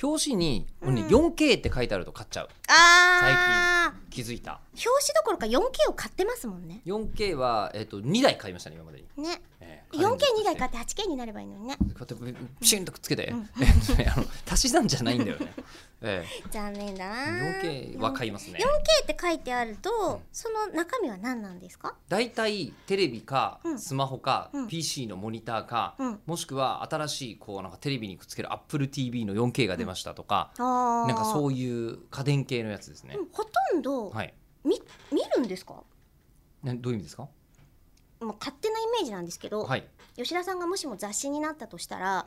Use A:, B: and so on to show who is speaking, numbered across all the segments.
A: 表紙に、俺ね 4K って書いてあると買っちゃう
B: あー
A: 気づいた
B: 表紙どころか 4K を買ってますもんね
A: 4K は、えっと2台買いましたね今までに、
B: ね
A: ええ
B: 4K2 台買って 8K になればいいのにね
A: こうやってピシュンとくっつけて、え っとねあの足し算じゃないんだよね、え
B: 残念だ
A: え、
B: な
A: 4K は買いますね
B: 4K って書いてあるとその中身は何なんですか
A: 大体テレビか
B: うん
A: スマホか
B: うん
A: PC のモニターか、
B: うん
A: もしくは新しいこうなんかテレビにくっつける AppleTV の 4K が出ましたとか、
B: あ
A: なんかそうういう家電系のやつですね、
B: ほとんど
A: はい
B: 見見るんですか
A: ねどういう意味ですか
B: まあ勝手なイメージなんですけど
A: はい
B: 吉田さんがもしも雑誌になったとしたら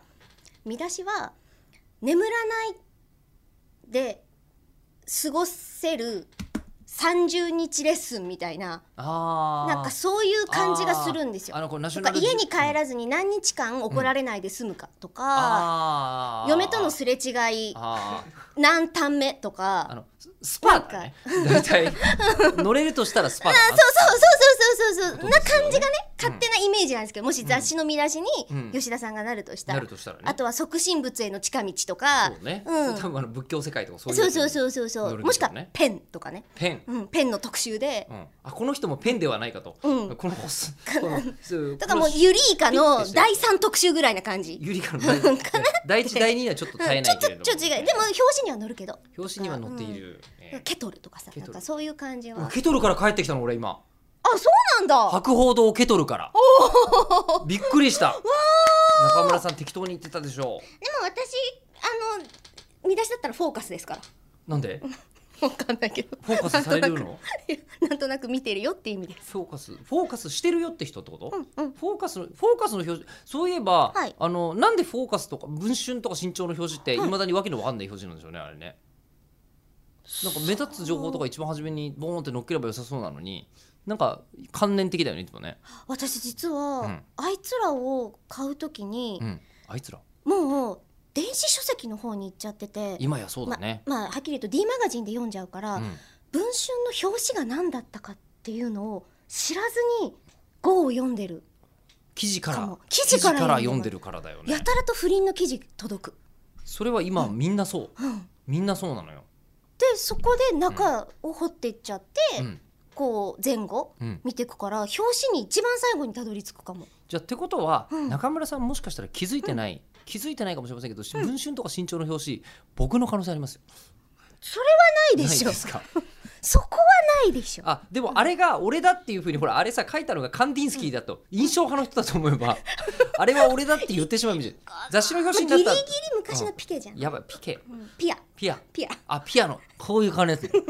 B: 見出しは「眠らない」で過ごせる30日レッスンみたいな
A: あー
B: なんかそういう感じがするんですよ
A: あ。のこれナシ
B: と
A: ョ
B: か
A: ナル
B: 家に帰
A: る
B: らずに何日間怒られないで済むかとか、
A: あー
B: 嫁とのすれ違い
A: あー
B: 何単目と
A: あ
B: か
A: のススパーだね大体乗れるとしたらスパーだ な
B: そうそうそうそうそうそう
A: そう
B: な
A: ですよね
B: 感じがね
A: うん
B: 勝手なイメージなんですけどもし雑誌の見出しに
A: うん
B: 吉田さんがなるとした
A: な
B: ら
A: るとしたらね
B: あとは促進物への近道とか
A: そうね、
B: うん
A: 多分あの仏教世界とかそういう
B: そうそう
A: う
B: そうそ
A: 乗
B: うそう
A: るん
B: も
A: で
B: し
A: し
B: く
A: ょ
B: は
A: うね
B: ペンとかね、
A: ペン
B: うん、ペンの特集で
A: う、ん、あこの人もペンではないかと、
B: うん
A: この子すこのす
B: とかも
A: こ
B: う
A: の
B: ユリイカの
A: ピッてして
B: 第3特集ぐらいな感じ、
A: ゆりかの第一第一第二にはちょっと
B: うん
A: 耐え
B: ち
A: ない
B: ょ
A: け
B: ちょ
A: れども
B: ちょ違いでも表紙には載るけど
A: 表紙には載っている、え
B: ケトルとかさ
A: ケ
B: な
A: ト
B: ん
A: ル
B: かそういう感
A: ー
B: じは
A: ケトルから帰ってきたの俺今
B: あそうなんだ
A: 博報堂ケトルからびっくりした中村さん適当に言ってたでしょ
B: でも私あの見出しだったらフォーカスですから
A: なん で
B: 分かんないけど
A: フォーカスされるの
B: なんとなく見てるよって意味です
A: フォーカスフォーカスしてるよって人ってこと、
B: うんうん
A: フォーカスのフォーカスの表示そういえば、
B: はい
A: あのなんでフォーカスとか文春とか身長の表示ってい
B: はい
A: まだにわけのわかんない表示なんでしょうねあれねなんか目立つ情報とか一番初めにボーンって乗っければ良さそうなのになんか関連的だよねいつもね、
B: 私実は、
A: うん
B: あいつらを買うときに
A: う、ん、あいつら
B: もう電子書籍の方に行っちゃってて
A: 今やそうだね、
B: まあ、はっきり言うと D マガジンで読んじゃうから、
A: うん
B: 文春の表紙が何だったかっていうのを知らずに号を読んでる、
A: 記事から
B: かも記事から
A: 読んでるからだよね
B: やたらと不倫の記事届く、
A: それは今みんなそう、
B: うん
A: みんなそうなのよ、
B: でそこで中を掘ってっちゃって、
A: うん
B: こう前後
A: うん、
B: 見てくから表紙に一番最後にたどり着くかも
A: じゃあってことは、
B: うん
A: 中村さんもしかしたら気づいてない、気づいてないかもしれませんけど、文春とか身長の表紙僕の可能性ありますよ。
B: それはないでしょ
A: ないですか
B: そこはないでしょ
A: あでもあれが俺だっていうふうにほらあれさ書いたのがカンディンスキーだと印象派の人だと思え ばあれは俺だって言ってしまうみたい雑誌の
B: まあ
A: 表
B: ギ
A: 紙
B: リ
A: に
B: ギリ
A: なったら
B: 昔のピケじゃん、
A: やばいピケ
B: うんピア
A: ピア
B: ピア
A: あピアノこういう感じですね